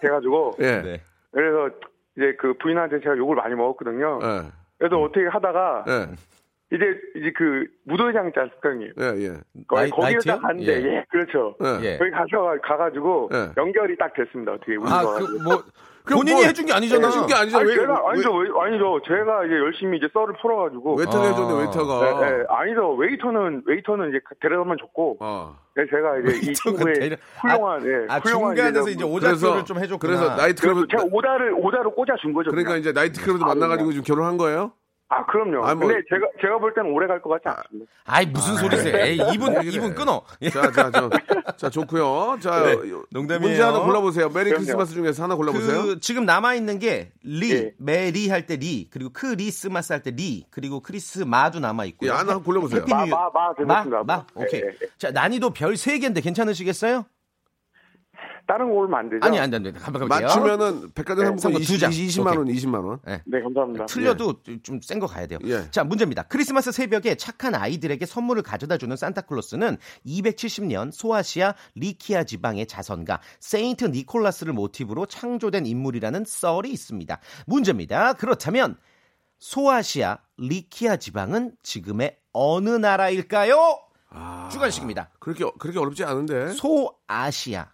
돼가지고, 예. 네. 그래서 이제 그 부인한테 제가 욕을 많이 먹었거든요. 예. 그래서 어떻게 하다가 예. 이제 이제 그 무도회장 있지 않습니까 형님? 예, 예. 거기 나이- 거기를 나이트요? 딱 갔는데 예. 예, 그렇죠. 예. 거기 가서 가가지고 예. 연결이 딱 됐습니다. 어떻게 아, 그 뭐, 본인이 해준 게 아니잖아. 해준 게 아니잖아. 아니, 왜- 제가 왜- 아니죠. 왜- 아니죠. 제가 이제 열심히 이제 썰을 풀어가지고 웨이터가 해줬네, 웨이터가. 네, 네. 아니죠. 웨이터는 웨이터는 이제 데려다만 줬고 네, 제가 이제 이 친구의 훌륭한 예, 아, 훌륭한 중간에서 이제 오작교를 그래서- 좀 해줬구나. 그래서 나이트클럽- 그래서 제가 오다를 오다로 꽂아준 거죠. 그러니까 그냥. 이제 나이트클럽에서 아, 만나가지고 그냥. 지금 결혼한 거예요? 아 그럼요. 아, 뭐- 근데 제가 제가 볼 때는 오래 갈 것 같지 않습니다. 아이 무슨 소리세요? 에이, 이분- 이분 끊어. 자, 자, 자, 자 좋고요. 자, 네, 요- 농담이에요. 문제 하나 골라보세요. 메리 그럼요. 크리스마스 중에서 하나 골라보세요. 그 지금 남아 있는 게 리, 예. 메리 할 때 리, 그리고 크리스마스 할 때 리, 그리고 크리스마도 남아 있고요. 예, 하나 골라보세요. 해피 뉴- 마, 마, 마 되겠습니다. 마, 오케이. 예, 예, 자 난이도 별 세 개인데 괜찮으시겠어요? 다른 거 오면 안 되죠? 아니 안 돼, 안 돼. 가만 가볼게요. 맞추면은 네, 백화점 상품 상품 두 장. 20만 원, 20만 원. 네. 감사합니다. 예. 틀려도 좀 센 거 가야 돼요. 자, 문제입니다. 크리스마스 새벽에 착한 아이들에게 선물을 가져다 주는 산타클로스는 270년 소아시아 리키아 지방의 자선가 세인트 니콜라스를 모티브로 창조된 인물이라는 썰이 있습니다. 문제입니다. 그렇다면 소아시아 리키아 지방은 지금의 어느 나라일까요? 아. 주관식입니다. 그렇게 그렇게 어렵지 않은데. 소아시아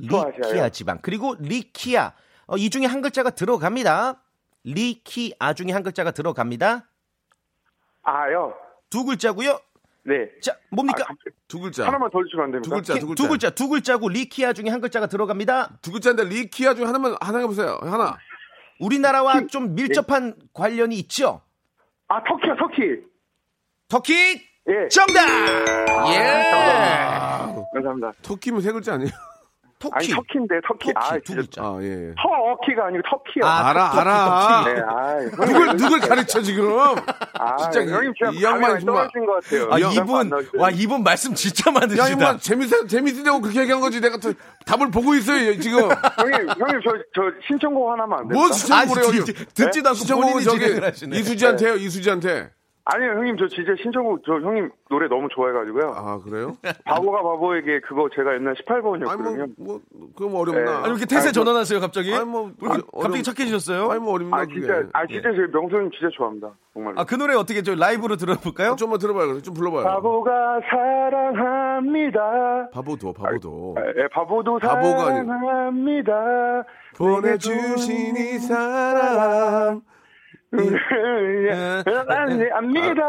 리키아 소아시아요? 지방 그리고 리키아 어, 이 중에 한 글자가 들어갑니다. 리키아 중에 한 글자가 들어갑니다. 아요. 두 글자고요. 네. 자 뭡니까? 두 글자. 하나만 더 주시면 안 됩니까? 두 아, 글자. 두 글자. 두 글자고 리키아 중에 한 글자가 들어갑니다. 두 글자인데 리키아 중에 하나만 하나 해보세요. 하나. 우리나라와 좀 밀접한 관련이 있죠. 아 터키요 터키. 터키. 정답. 예. 감사합니다. 토끼면 세 글자 아니에요? 터키. 아니 터키인데 터키. 아 진짜 아, 예. 예. 터키가 아니고 터키요. 아, 알아, 터키, 알아. 터키. 네, 아이, 누굴, 누굴 가르쳐, 지금? 아, 진짜, 형님 진짜 이 양반 감이 정말. 떨어진 것 같아요. 아, 이분 와 이분 말씀 진짜 많으시다. 야, 이만 재밌어, 재밌으려고 그렇게 얘기한 거지. 내가 또 답을 보고 있어요, 지금. 형님 형님 저 저 신청곡 하나만 안 됩니까? 뭔 신청곡을 해요? 본인이 신청곡은 네? 저기 진행을 하시네. 이수지한테요, 이수지한테. 아니요 형님 저 진짜 신청곡 저 형님 노래 너무 좋아해가지고요. 아 그래요? 네, 바보가 바보에게 그거 제가 옛날 18번이었거든요. 아니 뭐, 그럼 어렵나? 네. 아니, 이렇게 태세 전환하세요, 갑자기? 아니 뭐 갑자기 착해지셨어요? 아니 뭐 어렵나? 아 진짜 그게. 아 진짜 제 명수님 진짜 좋아합니다 정말로. 그 노래 어떻게 저 라이브로 들어볼까요? 좀만 들어봐요. 그래. 좀 불러봐요. 바보가 사랑합니다. 바보도 바보도. 예, 바보도 바보가 아니- 사랑합니다. 보내주신 이 사람. 음. 음, 예. 예. 압니다.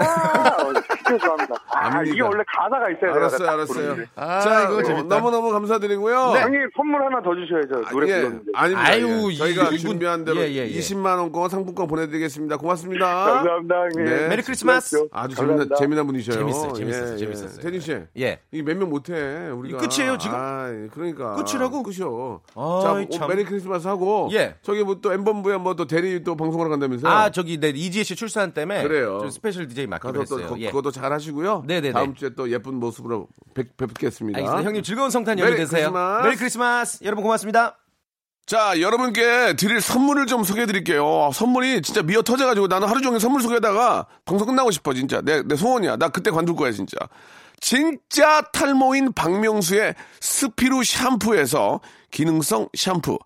어, 진짜 좋아합니다. 아, 이게 아, 네. 압니다. 원래 가사가 있어야 돼요. 알았어요, 알았어요. 자, 이거 너무 너무 감사드리고요. 형님 선물 하나 더 주셔야죠. 노래 예, 불렀는데. 아닙니다. 아유, 예. 저희가 이분- 준비한 대로 예, 예, 예. 20만 원권 상품권 보내드리겠습니다. 고맙습니다. 감사합니다, 형님. 네. 메리 크리스마스. 아주 감사합니다. 재미난 재미난 분이셔요. 재밌어요, 재밌었어요, 재밌었어요. 태진 씨, 예. 이게 몇 명 못해 우리가. 끝이에요, 지금? 아, 그러니까 끝이라고? 끝이요. 아이, 자, 뭐, 참. 메리 크리스마스 하고. 예. 저기 뭐 또 엠번부에 뭐 또 대리 또 방송하러 간다면서요? 아 저기 네 이지혜 씨 출산 때문에 어. 그래요. 좀 스페셜 DJ 맡기로 가서 또 했어요. 거, 예. 그것도 잘 하시고요. 네네네. 다음 주에 또 예쁜 모습으로 뵙, 뵙겠습니다. 알겠습니다. 형님 즐거운 성탄 연휴 메리 되세요. 크리스마스. 메리 크리스마스. 여러분 고맙습니다. 자, 여러분께 드릴 선물을 좀 소개해 드릴게요. 선물이 진짜 미어 터져가지고 나는 하루 종일 선물 소개하다가 방송 끝나고 싶어, 진짜. 내, 내 소원이야. 나 그때 관둘 거야, 진짜. 진짜 탈모인 박명수의 스피루 샴푸에서 기능성 샴푸.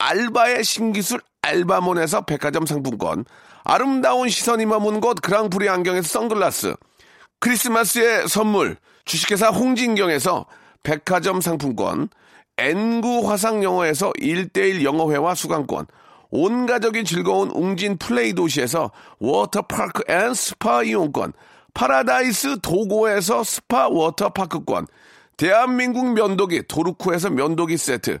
알바의 신기술 알바몬에서 백화점 상품권. 아름다운 시선이 머문 곳 그랑프리 안경에서 선글라스. 크리스마스의 선물 주식회사 홍진경에서 백화점 상품권 N구 화상영어에서 1대1 영어회화 수강권 온가족이 즐거운 웅진 플레이 도시에서 워터파크 앤 스파 이용권 파라다이스 도고에서 스파 워터파크권 대한민국 면도기 도르쿠에서 면도기 세트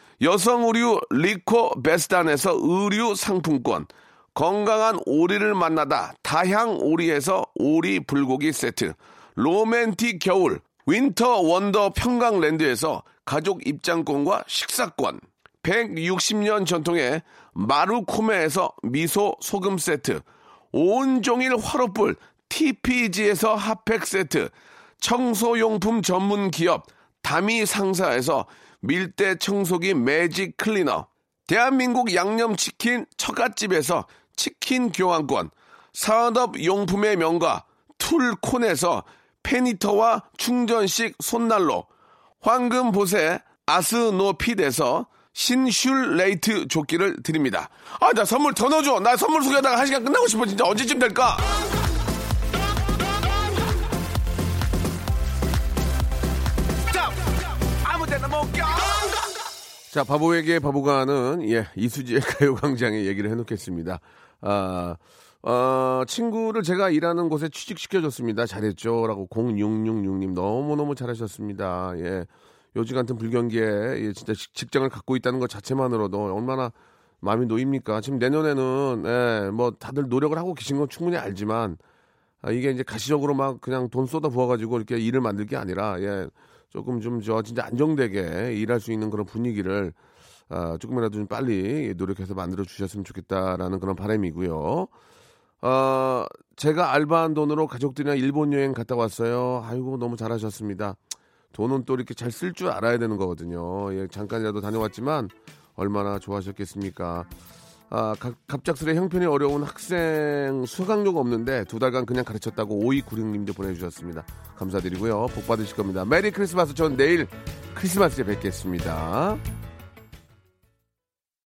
여성 의류 리코 베스단에서 의류 상품권, 건강한 오리를 만나다 다향 오리에서 오리 불고기 세트, 로맨틱 겨울 윈터 원더 평강랜드에서 가족 입장권과 식사권, 160년 전통의 마루코메에서 미소 소금 세트, 온종일 화로불 TPG에서 핫팩 세트, 청소용품 전문 기업 다미 상사에서 밀대 청소기 매직 클리너, 대한민국 양념치킨 처갓집에서 치킨 교환권, 산업용품의 명가 툴콘에서 페니터와 충전식 손난로, 황금보세 아스노핏에서 신슐레이트 조끼를 드립니다. 아, 나 선물 더 넣어줘. 나 선물 소개하다가 한 시간 끝나고 싶어. 진짜 언제쯤 될까? 자, 바보에게 바보가 하는, 예, 이수지의 가요광장에 얘기를 해놓겠습니다. 아, 어, 친구를 제가 일하는 곳에 취직시켜줬습니다. 잘했죠. 라고 0666님 너무너무 잘하셨습니다. 예. 요즘 같은 불경기에 예, 진짜 직- 직장을 갖고 있다는 것 자체만으로도 얼마나 마음이 놓입니까? 지금 내년에는 예, 뭐 다들 노력을 하고 계신 건 충분히 알지만 아, 이게 이제 가시적으로 막 그냥 돈 쏟아 부어가지고 이렇게 일을 만들 게 아니라 예, 조금 좀 저 진짜 안정되게 일할 수 있는 그런 분위기를 아, 조금이라도 좀 빨리 노력해서 만들어 주셨으면 좋겠다라는 그런 바람이고요. 어, 제가 알바한 돈으로 가족들이랑 일본 여행 갔다 왔어요. 아이고 너무 잘하셨습니다. 돈은 또 이렇게 잘 쓸 줄 알아야 되는 거거든요. 예, 잠깐이라도 다녀왔지만 얼마나 좋아하셨겠습니까? 아, 갑- 갑작스레 형편이 어려운 학생 수강료가 없는데 두 달간 그냥 가르쳤다고 5296님도 보내주셨습니다. 감사드리고요. 복 받으실 겁니다. 메리 크리스마스. 전 내일 크리스마스에 뵙겠습니다.